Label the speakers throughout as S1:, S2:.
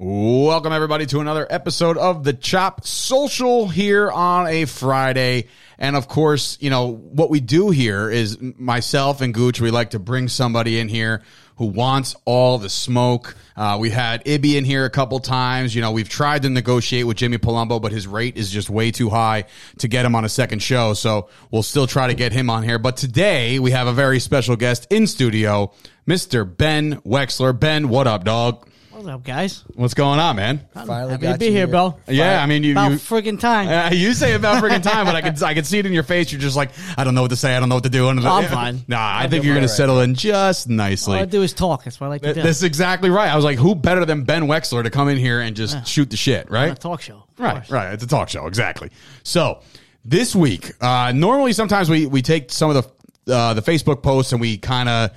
S1: Welcome, everybody, to another episode of the Chop Social here on a Friday. And of course, you know, what we do here is myself and Gooch, we like to bring somebody in here who wants all the smoke. Uh, we had Ibby in here a couple times. You know, we've tried to negotiate with Jimmy Palumbo, but his rate is just way too high to get him on a second show. So we'll still try to get him on here. But today we have a very special guest in studio, Mr. Ben Wexler. Ben, what up, dog?
S2: What's up, guys?
S1: What's going on, man?
S3: Finally
S2: Happy
S3: got
S2: to be
S3: you
S2: here, bro.
S1: Yeah, I mean, you
S2: About
S1: you,
S2: friggin' time.
S1: uh, you say about freaking time, but I can I can see it in your face. You're just like, I don't know what to say. I don't know what to do. And-
S2: I'm fine.
S1: Nah, I think you're gonna settle in just
S2: All
S1: nicely.
S2: I do is talk. That's what I like to do.
S1: That's exactly right. I was like, who better than Ben Wexler to come in here and just shoot the shit,
S2: a
S1: right?
S2: talk show. of
S1: Right,
S2: course.
S1: right. It's a talk show, exactly. So this week, uh, normally sometimes we we take some of the uh, the Facebook posts and we kind of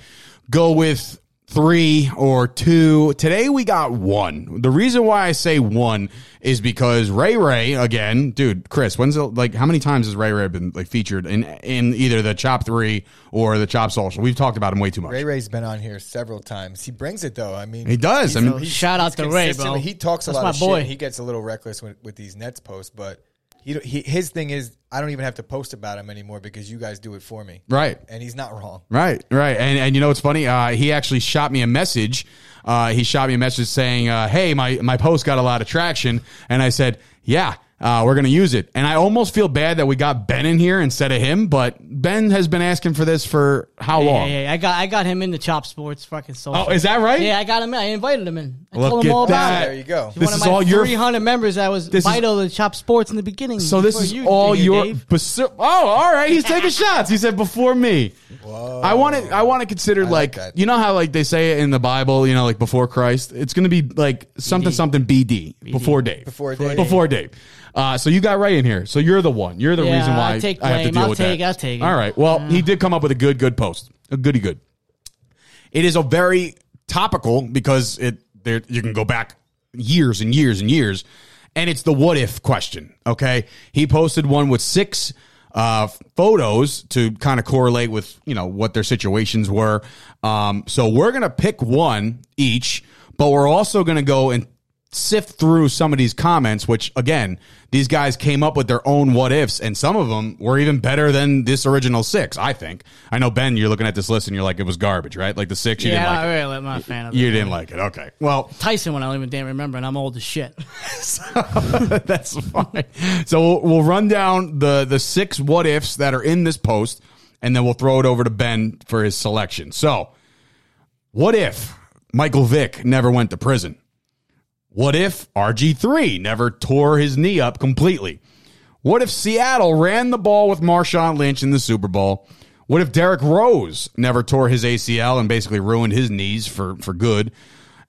S1: go with three or two. Today we got one. The reason why I say one is because Ray Ray again, dude, Chris. When's the, like how many times has Ray Ray been like featured in in either the Chop Three or the Chop Social? We've talked about him way too much.
S3: Ray Ray's been on here several times. He brings it though. I mean,
S1: He does. I
S3: he's-
S1: mean-
S3: he's-
S2: Shout out
S3: he's
S2: to Ray,
S3: consistently-
S2: bro.
S3: He talks a
S2: That's
S3: lot
S2: my
S3: of
S2: boy.
S3: shit. He gets a little reckless with, with these Nets posts, but he, he his thing is I don't even have to post about him anymore because you guys do it for me.
S1: Right.
S3: And he's not wrong.
S1: Right, right, and and you know what's funny? Uh, he actually shot me a message. Uh, he shot me a message saying, uh, "Hey, my my post got a lot of traction," and I said, "Yeah, uh, we're gonna use it." And I almost feel bad that we got Ben in here instead of him, but Ben has been asking for this for how
S2: Yeah,
S1: long?
S2: yeah, yeah. I got I got him into Chop Sports fucking social.
S1: Oh, is that right?
S2: Yeah, I got him. in. I invited him in. I
S1: Look
S2: told
S1: at
S2: him all about
S1: that.
S2: it.
S3: There you go.
S2: He's
S1: This
S2: one of
S1: is
S2: my
S1: all your-
S2: 300 members. I was
S1: This is-
S2: vital to Chop Sports in the beginning.
S1: So this
S2: Before
S1: is
S2: Mm-hmm. you,
S1: all
S2: Digger
S1: your.
S2: Dave.
S1: bes- oh, all right. He's taking shots. He said before me. I want to. I want to consider like,
S3: like that.
S1: you know how like they say it in the Bible. You know, like before Christ, it's going to be like something something BD, before Dave
S3: Before Dave.
S1: before Dave. Uh, so you got Ray in here. So you're the one. You're the
S2: Yeah,
S1: reason why I,
S2: I'll take
S1: have to
S2: blame.
S1: deal
S2: I'll
S1: with
S2: take-
S1: that.
S2: I'll take it. Mm.
S1: All right. Well, he did come up with a good good post. A goody good. It is a very topical because it there you can go back years and years and years, and it's the what if question. Okay, he posted one with six uh, photos to kind of correlate with you know what their situations were. Um, so we're gonna pick one each, but we're also gonna go and sift through some of these comments which again these guys came up with their own what ifs and some of them were even better than this original six i think i know ben you're looking at this list and you're like it was garbage right like the six you
S2: Yeah,
S1: didn't like
S2: I really, I'm not a fan of
S1: you
S2: it.
S1: didn't like it. Okay. Well,
S2: Tyson one I don't even damn remember, and I'm old as shit.
S1: that's fine. So we'll, we'll run down the the six what ifs that are in this post, and then we'll throw it over to Ben for his selection. So, what if Michael Vick never went to prison? What if RG3 never tore his knee up completely? What if Seattle ran the ball with Marshawn Lynch in the Super Bowl? What if Derek Rose never tore his ACL and basically ruined his knees for, for good?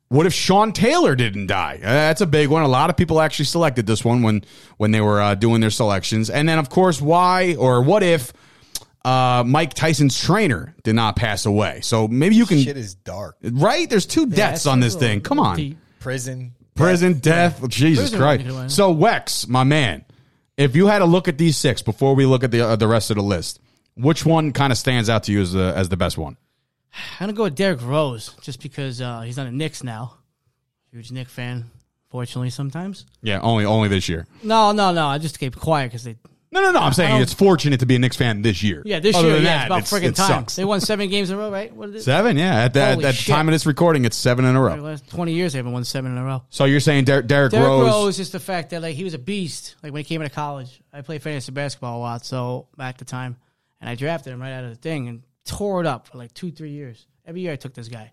S1: What if Sean Taylor didn't die? Uh, that's a big one. A lot of people actually selected this one when when they were uh, doing their selections. And then, of course, why or what if uh, Mike Tyson's trainer did not pass away? So maybe you can
S3: Shit is dark.
S1: right. There's two deaths on this thing. Come on,
S2: Deep.
S3: Prison.
S1: prison, death. Jesus
S2: Prison wouldn't do it.
S1: Christ. So Wex, my man, if you had to look at these six before we look at the uh, the rest of the list, which one kind of stands out to you as the as the best one?
S2: I'm gonna go with Derrick Rose just because uh, he's on the Knicks now. Huge Knicks fan, fortunately sometimes.
S1: Yeah, only only this year.
S2: No, no, no. I just keep quiet because they.
S1: No, no, no. I'm saying it's fortunate to be a Knicks fan this year.
S2: Oh. Yeah, this
S1: Other
S2: year,
S1: than
S2: yeah,
S1: that,
S2: it's about friggin'
S1: it
S2: time.
S1: sucks.
S2: They won seven games in a row, right? What is it?
S1: Seven, yeah. At the, at
S2: Holy
S1: the
S2: shit.
S1: time of this recording, it's seven in a
S2: The
S1: row.
S2: last Twenty years, they haven't won seven in a row.
S1: So you're saying Der- Derek,
S2: Derrick Rose.
S1: Rose?
S2: is the fact that like he was a beast. Like when he came into college, I played fantasy basketball a lot. So back the time, and I drafted him right out of the thing and tore it up for like two, three years. Every year I took this guy.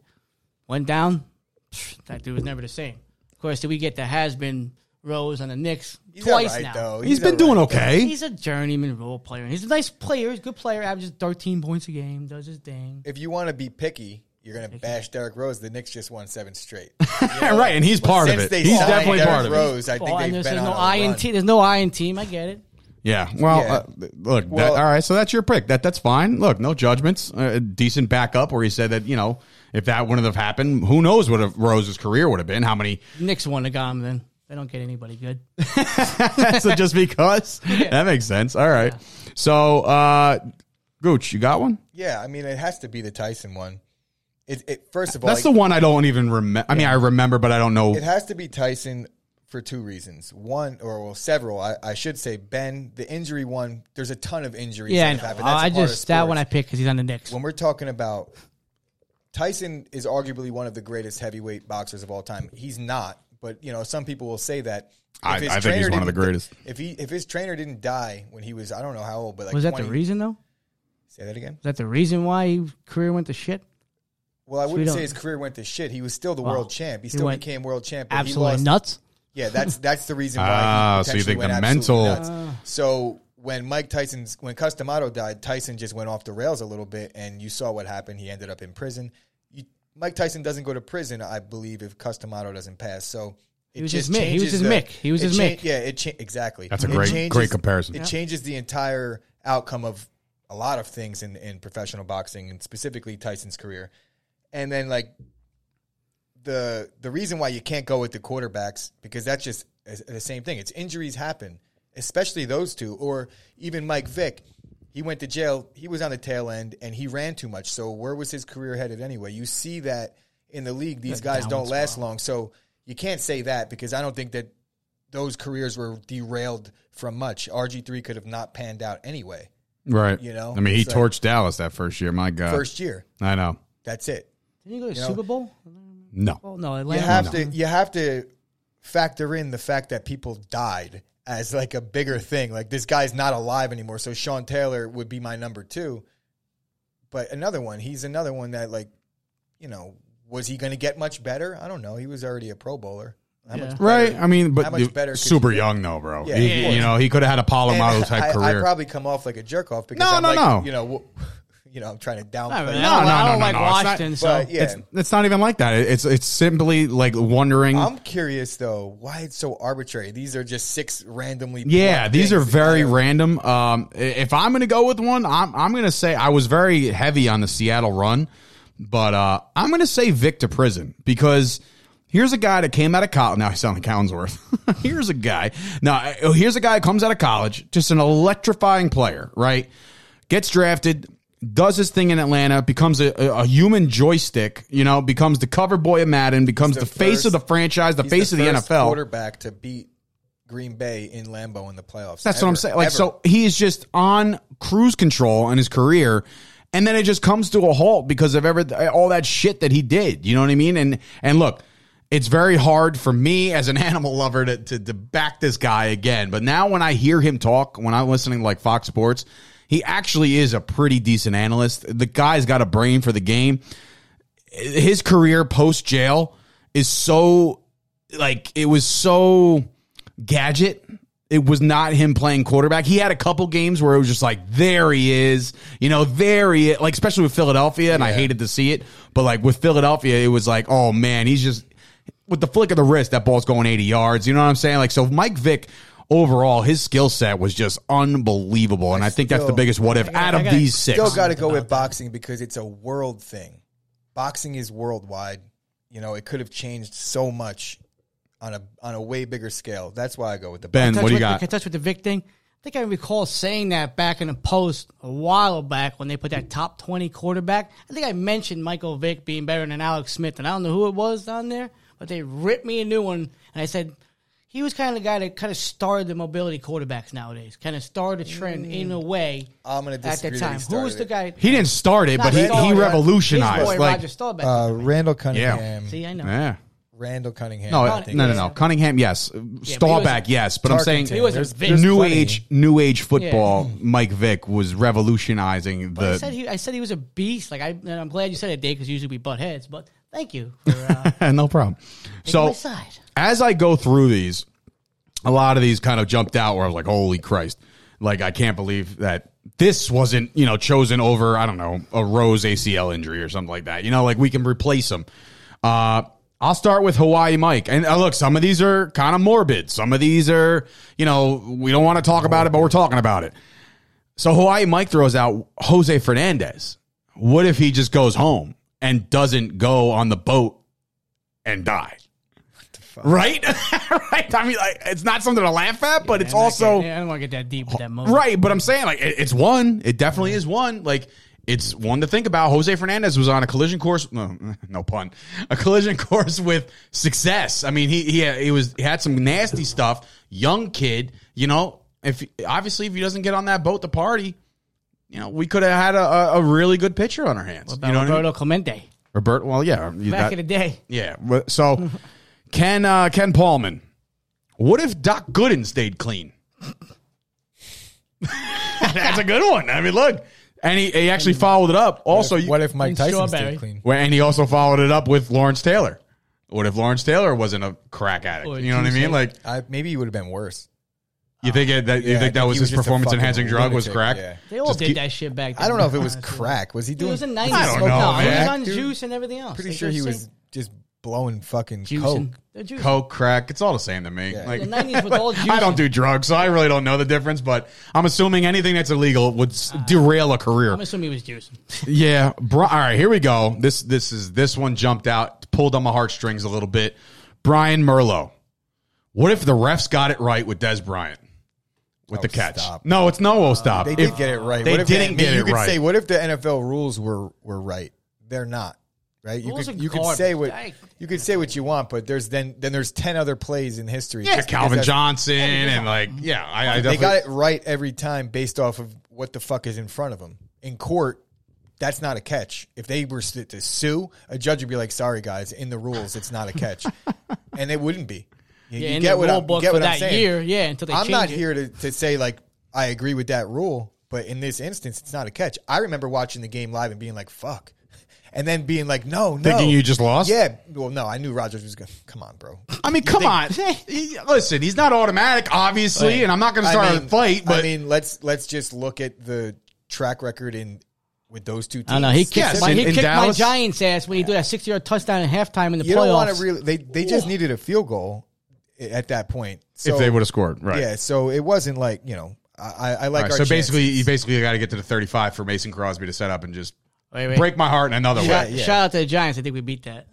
S2: Went down. pfft, That dude was never the same. Of course, did we get the has been Rose on the Knicks
S3: He's
S2: twice
S3: alright,
S2: now?
S3: though.
S1: he's been
S3: alright.
S1: doing okay.
S2: He's a journeyman role player. He's a nice player. He's a good player. Averages 13 points a game. Does his thing.
S3: If you want to be picky, you're gonna bash Derrick Rose. The Knicks just won seven straight.
S1: Yeah, right, and he's part of
S3: Since
S1: it.
S3: they
S1: He's
S3: signed
S1: definitely
S3: Derrick
S1: part of it.
S3: Rose, I think
S2: Oh,
S3: they've
S2: and there's,
S3: been
S2: there's
S3: on
S2: no
S3: a
S2: I in
S3: run.
S2: team. There's no I in team. I get it.
S1: Yeah. Well,
S3: Yeah.
S1: uh, look. that-
S3: Well-
S1: all right. So that's your prick. That that's fine. Look, no judgments. Uh, decent backup where he said that you know if that wouldn't have happened, who knows what if Rose's career would have been? How many?
S2: Knicks won the gum. Then they don't get anybody good.
S1: so just because that makes sense. All right. So, uh, Gooch, you got one?
S3: Yeah, I mean it has to be the Tyson one. It, it first of all,
S1: That's the one I don't even remember. I mean, I remember, but I don't know.
S3: It has to be Tyson for two reasons. One, or well, several, I, I should say. Ben, the injury one, there's a ton of injuries.
S2: Yeah, I,
S3: that have
S2: know.
S3: happened. That's
S2: I
S3: a part of
S2: just that one I
S3: sports.
S2: picked because he's on the Knicks.
S3: When we're talking about Tyson is arguably one of the greatest heavyweight boxers of all time. He's not, but you know, some people will say that. If
S1: I-
S3: his
S1: I think he's
S3: trainer
S1: one of the
S3: didn't-
S1: greatest.
S3: If he if his trainer didn't die when he was I don't know how old, but like
S2: Was that
S3: 20,
S2: the reason though?
S3: Say that again.
S2: Is that the reason why his career went to shit?
S3: Well, I wouldn't
S2: don't-
S3: say his career went to shit. He was still the world champ. He still
S2: went
S3: became world champ. but he
S2: Absolutely
S3: lost-
S2: nuts.
S3: Yeah, that's that's the reason why. he
S1: Ah, so you
S3: potentially
S1: think
S3: went
S1: the
S3: absolutely
S1: mental-
S3: nuts. So when Mike Tyson's when Customato died, Tyson just went off the rails a little bit, and you saw what happened. He ended up in prison. You, Mike Tyson doesn't go to prison, I believe, if Customato doesn't pass. So it
S2: was
S3: just
S2: his Mick. He was
S3: changes
S2: his
S3: the-
S2: Mick. He was
S3: it
S2: his
S3: cha-
S2: Mick.
S3: Yeah, it cha- exactly.
S1: That's a
S3: It
S1: great-
S3: changes-
S1: great comparison.
S3: It
S1: Yeah.
S3: changes the entire outcome of a lot of things in in professional boxing, and specifically Tyson's career. And then like the the reason why you can't go with the quarterbacks because that's just is- the same thing. It's injuries happen, especially those two, or even Mike Vick. He went to jail. He was on the tail end, and he ran too much. So where was his career headed anyway? You see that in the league, these guys don't last long. So you can't say that because I don't think that those careers were derailed from much. RG three could have not panned out anyway.
S1: right.
S3: you know,
S1: I mean, he
S3: it's like-
S1: torched Dallas that first year. My God.
S3: First year,
S1: I know.
S3: that's it.
S2: Didn't he go to
S3: know,
S2: Super Bowl?
S1: No.
S2: Oh no,
S3: you
S2: Atlanta.
S3: have
S2: No.
S3: to you have to factor in the fact that people died as like a bigger thing. Like this guy's not alive anymore, so Sean Taylor would be my number two. But another one, he's another one that like, you know, was he going to get much better? I don't know. He was already a Pro Bowler. How
S2: Yeah.
S3: much better-
S1: Right. I mean,
S3: How
S1: but
S3: much
S1: the-
S3: better could
S1: super
S3: you-
S1: young though, bro.
S3: Yeah,
S1: He-
S3: of course.
S1: you know, he could have had a Paulo Malo
S3: I,
S1: type
S3: I
S1: career.
S3: probably come off like a jerk off because
S1: No,
S3: I'm
S1: no,
S3: like,
S1: no.
S3: you know, w- you know, I'm trying to
S2: I
S3: downplay.
S2: don't,
S3: it.
S2: know. I don't
S1: no, no,
S2: like
S1: no, it's not-
S2: Washington. so
S3: But yeah,
S1: it's, it's not even like that. It- It's it's simply like wondering.
S3: I'm curious though why it's so arbitrary. These are just six randomly.
S1: yeah,
S3: plucked
S1: these are
S3: things.
S1: very
S3: I don't-
S1: random. Um, i- if I'm going to go with one, I'm I'm going to say I was very heavy on the Seattle run, but uh, I'm going to say Vic to prison because here's a guy that came out of college. Now he's sounding Collinsworth. here's a guy. Now uh, here's a guy that comes out of college, just an electrifying player, right? Gets drafted. Does his thing in Atlanta, becomes a, a, a human joystick, you know, becomes the cover boy of Madden, becomes the,
S3: the
S1: face of
S3: first-
S1: the franchise, the
S3: He's
S1: face of the
S3: first
S1: NFL.
S3: quarterback to beat Green Bay in Lambeau in the playoffs.
S1: That's what I'm
S3: Ever.
S1: saying. Like,
S3: Ever.
S1: so he is just on cruise control in his career, and then it just comes to a halt because of every all that shit that he did. You know what I mean? And and look, it's very hard for me as an animal lover to to, to back this guy again. But now when I hear him talk, when I'm listening to like Fox Sports, he actually is a pretty decent analyst. The guy's got a brain for the game his career post jail is so like it was so gadget. It was not him playing quarterback. He had a couple games where it was just like, there he is, you know, there he is. Like especially with Philadelphia, and I hated to see it, but like with Philadelphia, it was like, oh man, he's just with the flick of the wrist, that ball's going eighty yards. You know what I'm saying? Like so, Mike Vick. Overall, his skill set was just unbelievable, and I think that's the
S3: still-
S1: biggest what if out of
S2: I gotta-
S1: these six.
S3: still got to go with boxing because it's a world thing. Boxing is worldwide. You know, it could have changed so much on a on a way bigger scale. That's why I go with the
S1: Ben,
S2: touch
S1: what do you
S2: with-
S1: got?
S2: In touch with the Vic thing. I think I recall saying that back in the post a while back when they put that top twenty quarterback. I think I mentioned Michael Vick being better than Alex Smith, and I don't know who it was on there, but they ripped me a new one, and I said he was kind of the guy that kind of started the mobility quarterbacks nowadays, kind of started a trend in a way.
S3: Mm. I'm gonna
S2: at that
S3: disagree that he
S2: time. Who was
S3: started
S2: the
S3: it.
S2: guy?
S1: He didn't start it, but he,
S2: Not Oh,
S1: he
S2: Staubach.
S1: revolutionized.
S2: His boy,
S1: like,
S2: Roger Staubach.
S3: uh, Randall Cunningham.
S2: See, I know.
S1: yeah.
S3: Randall Cunningham.
S1: No,
S3: I
S1: no,
S3: think
S1: Oh, uh, no,
S3: it was.
S1: no. Cunningham, yes. Staubach,
S2: wasn't-
S1: yes. But I'm saying
S3: Tarkenton. He wasn't
S2: There's- Vic. there's
S1: new
S3: plenty.
S1: age, new age football. Mike Vick was revolutionizing
S2: I said
S1: the.
S2: he. I said he was a beast. Like I, and I'm glad you said it, Dave, because usually we butt heads. But thank you for uh,
S1: no problem.
S2: so, my
S1: So
S2: side.
S1: as I go through these, a lot of these kind of jumped out where I was like, "Holy Christ!" Like I can't believe that this wasn't you know chosen over I don't know a Rose ACL injury or something like that. You know, like we can replace him. Uh, I'll start with Hawaii Mike. And uh, look, some of these are kind of morbid. Some of these are you know we don't want to talk about it, but we're talking about it. So Hawaii Mike throws out Jose Fernandez. What if he just goes home and doesn't go on the boat and die? Right, right. I mean, like, it's not something to laugh at, but it's
S2: And I
S1: also
S2: can't- I don't want to get that deep with that moment.
S1: right. But I'm saying, like, it, it's one. It definitely is one. Like, It's one to think about. Jose Fernandez was on a collision course, no, no pun, a collision course with success. I mean, he he he was he had some nasty stuff. Young kid, you know. If obviously if he doesn't get on that boat to party, you know, we could have had a, a, a really good pitcher on our hands.
S2: About
S1: you know what I mean?
S2: Roberto Clemente
S1: Robert. Well, yeah, you-
S2: back
S1: that-
S2: in the day.
S1: yeah. wh- So, Ken uh, Ken Paulman. What if Doc Gooden stayed clean? That's a good one. I mean, look, and he, he actually followed it up. Also, you-
S3: what if Mike
S2: And
S3: Tyson
S2: strawberry.
S3: stayed clean?
S1: well, and he also followed it up with Lawrence Taylor. What if Lawrence Taylor wasn't a crack addict?
S2: Or
S1: you know what I mean?
S2: Tuesday.
S1: Like,
S3: I, maybe he would have been worse.
S1: you think it, that you
S3: Ah, Yeah, I
S1: think that was
S3: he
S1: his
S3: just a
S1: performance
S3: fucking
S1: enhancing drug was crack?
S3: lunatic, yeah.
S2: They all
S1: Just
S2: did
S1: keep-
S2: that shit back then.
S3: I don't know if it was
S2: honestly.
S3: crack. Was he
S2: It
S3: doing?
S2: was in
S3: was he
S2: nineties.
S1: I don't
S3: smoking
S1: know,
S2: No, he
S1: man.
S2: was
S3: crack,
S2: on
S3: dude?
S2: juice and everything else.
S3: Pretty
S2: Like,
S3: sure
S2: they're
S3: he
S2: saying-
S3: was just blowing fucking coke.
S2: juicing. They're juicing.
S1: Coke, crack, it's all the same to me.
S3: Yeah.
S1: Like,
S2: The 90s was all
S1: I don't
S2: juicing.
S1: do drugs, so I really don't know the difference. But I'm assuming anything that's illegal would s derail a career.
S2: Ah. I'm assuming he was juicing.
S1: Yeah. Bri- All right, here we go. This this is this one jumped out, pulled on my heartstrings a little bit. Brian Merlo. What if the refs got it right with Des Bryant with
S3: Oh,
S1: the catch?
S3: stop.
S1: No, it's no will stop.
S3: They did
S1: If-
S3: get it right.
S1: They
S3: What if
S1: didn't
S3: I mean,
S1: get
S3: you
S1: it
S3: could
S1: right.
S3: say what if the NFL rules were were right? They're not. Right? You
S2: Rules
S3: could
S2: are
S3: you could
S2: garbage.
S3: say what
S2: I-
S3: you could say what you want, but there's then then there's ten other plays in history.
S1: yeah,
S3: just because
S1: Calvin
S3: that's-
S1: Johnson and like yeah, I, I
S3: They
S1: definitely
S3: got it right every time based off of what the fuck is in front of them. In court, that's not a catch. If they were to to sue, a judge would be like, "Sorry guys, in the rules, it's not a catch," and it wouldn't be. You,
S2: Yeah,
S3: you
S2: in
S3: get
S2: the
S3: what
S2: rule
S3: I'm, you
S2: book
S3: get
S2: for
S3: what I'm
S2: that
S3: saying.
S2: year. Yeah, until they
S3: I'm
S2: changed
S3: not
S2: it.
S3: here to, to say like I agree with that rule, but in this instance, it's not a catch. I remember watching the game live and being like, "Fuck," and then being like, "No, no."
S1: Thinking you just lost?
S3: Yeah. Well, no, I knew Rogers was going. to Come on, bro.
S1: I mean, come on. He- listen, he's not automatic, obviously, and I'm not going to start a fight. But
S3: I mean, let's let's just look at the track record in with those two teams.
S2: I don't know. He kicked,
S1: Yes,
S2: my,
S1: in-
S2: he
S1: in
S2: kicked my
S1: Dallas.
S2: Giants' ass when he threw that 60 yard touchdown in halftime in the
S3: you
S2: playoffs.
S3: don't want to really. They they just needed a field goal i- at that point. So,
S1: if they would have scored, right?
S3: yeah. So it wasn't like you know. I I- I like
S1: All right,
S3: our
S1: so basically,
S3: chances.
S1: you basically got to get to the 35 for Mason Crosby to set up and just
S2: Wait, wait.
S1: break my heart in another
S3: Yeah,
S1: way.
S3: yeah.
S2: Shout out to the Giants. I think we beat that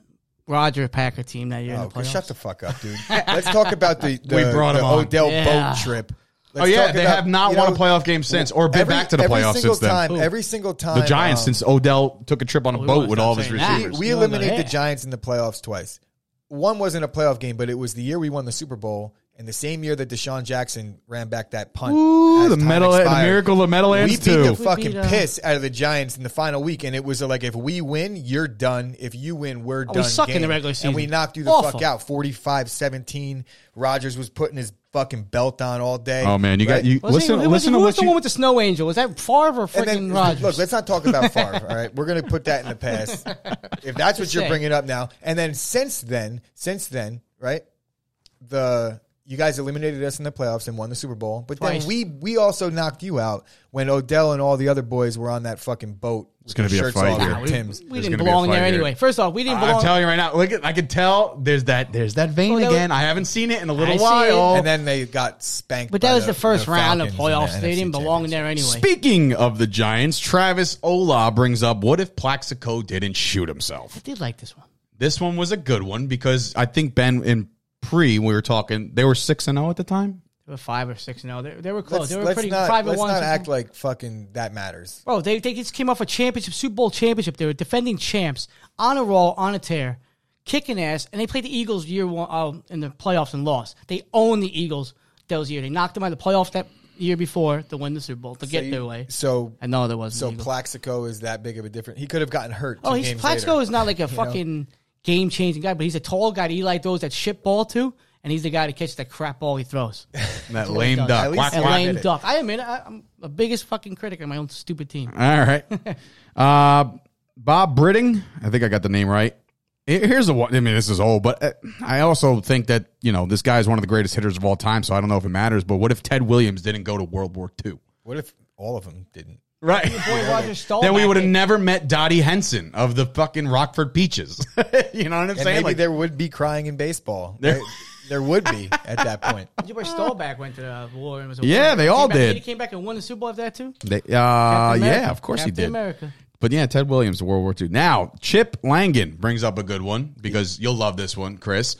S2: Roger Packer team that year in
S3: Oh,
S2: the playoffs.
S3: shut the fuck up, dude. Let's talk about the, the,
S1: We brought
S3: the
S1: him on.
S3: Odell
S2: Yeah.
S3: boat trip. Let's
S1: Oh yeah,
S3: talk
S1: they
S3: about-
S1: have not
S3: you
S1: won
S3: know,
S1: a playoff game since, or been
S3: every-
S1: back to the
S3: every
S1: playoffs
S3: single
S1: since then.
S3: time, Every single time,
S1: the Giants
S3: um,
S1: since Odell took a trip on a
S2: we
S1: boat
S2: wanna
S1: with
S2: stop
S1: all of his
S2: saying that.
S1: receivers.
S3: we
S2: No, no,
S3: eliminate
S2: yeah.
S3: the Giants in the playoffs twice. One wasn't a playoff game, but it was the year we won the Super Bowl, and the same year that Deshaun Jackson ran back that punt. as
S1: the
S3: time
S1: metal- the
S3: expired.
S1: miracle of Meadowlands,
S3: We beat
S1: too.
S3: the
S1: We
S3: fucking
S2: beat, uh,
S3: piss out of the Giants in the final week, and it was uh, like if we win, you're done. If you win, we're
S2: Oh,
S3: done.
S2: we suck in
S3: game.
S2: the regular
S3: and we
S2: season.
S3: knocked you the
S2: Awful.
S3: fuck out, 45-17. Rogers was putting his fucking belt on all day.
S1: Oh man, you got
S3: right?
S1: you
S2: Was
S1: listen.
S2: he, was
S1: listen
S2: he,
S1: to
S2: who was
S1: what
S2: the
S1: you.
S2: one with the snow angel? Was that Favre or
S3: And
S2: freaking
S3: then
S2: Rogers?
S3: look, let's not talk about Favre. all right, we're going to put that in the past if that's what you're
S2: saying.
S3: bringing up now. And then since then, since then, right? The you guys eliminated us in the playoffs and won the Super Bowl, but
S2: Twice.
S3: then we we also knocked you out when Odell and all the other boys were on that fucking boat. It's
S1: gonna be a fight here.
S2: Nah, we,
S3: Tim's.
S2: we
S1: There's
S2: didn't
S1: gonna be a
S2: belong
S1: fight
S2: there
S1: here.
S2: anyway. First off, we didn't belong.
S1: I'm telling you right now. Look, at, I can tell. There's that. There's that vein
S2: Oh, that
S1: again.
S2: was-
S1: I haven't seen it in a
S2: I
S1: little
S2: see
S1: while.
S3: And then they got spanked.
S2: but
S3: by
S2: that was the first round of
S3: Falcons E in the
S2: playoffs. They
S3: NFC
S2: didn't belong
S3: Championship.
S2: there anyway.
S1: Speaking of the Giants, Travis Ola brings up: What if Plaxico didn't shoot himself?
S2: I did like this one.
S1: This one was a good one because I think Ben in pre we were talking. They were six and zero at the time.
S2: They were five or six. No, they, they were close.
S3: Let's,
S2: they were
S3: let's
S2: pretty
S3: not,
S2: private
S3: let's
S2: ones.
S3: not act like fucking that matters.
S2: Bro, they, they just came off a championship, Super Bowl championship. They were defending champs, on a roll, on a tear, kicking ass, and they played the Eagles year one um, in the playoffs and lost. They owned the Eagles those year. They knocked them out of the playoffs that year before to win the Super Bowl to get
S3: you-
S2: their way.
S3: So
S2: And no, there wasn't.
S3: So
S2: Eagles.
S3: Plaxico is that big of a difference. He could have gotten hurt.
S2: oh,
S3: two
S2: he's
S3: games
S2: Plaxico
S3: later.
S2: is not like a fucking game changing guy, but he's a tall guy. that Eli throws that shit ball to, and he's the guy to catch that crap ball he throws.
S1: That lame
S2: done.
S1: duck.
S3: At least
S1: Quack,
S2: and
S1: quack.
S2: lame
S3: did it.
S2: duck. I admit, I, I'm the biggest fucking critic of my own stupid team.
S1: All right. Uh, Bob Britting. I think I got the name right. Here- Here's the one. I mean, this is old, but uh, I also think that, you know, this guy is one of the greatest hitters of all time. So I don't know if it matters, but what if Ted Williams didn't go to World War II?
S3: What if all of them didn't?
S1: Right.
S2: Boy, Roger Staubach,
S1: then we would have
S2: they-
S1: never met Dottie Henson of the fucking Rockford Peaches. you know what I'm
S3: And
S1: saying?
S3: maybe
S1: Like,
S3: there would be crying in baseball. There, there would be at that point.
S2: Gilbert Stolback went to the war and was a
S1: Yeah,
S2: winner.
S1: they all
S2: Came back-
S1: did.
S2: He came back and won the Super Bowl after that too.
S1: they, uh,
S2: Captain America.
S1: yeah, of course he
S2: Captain
S1: did.
S2: America.
S1: But yeah, Ted Williams, World War II. Now, Chip Langan brings up a good one because you'll love this one, Chris.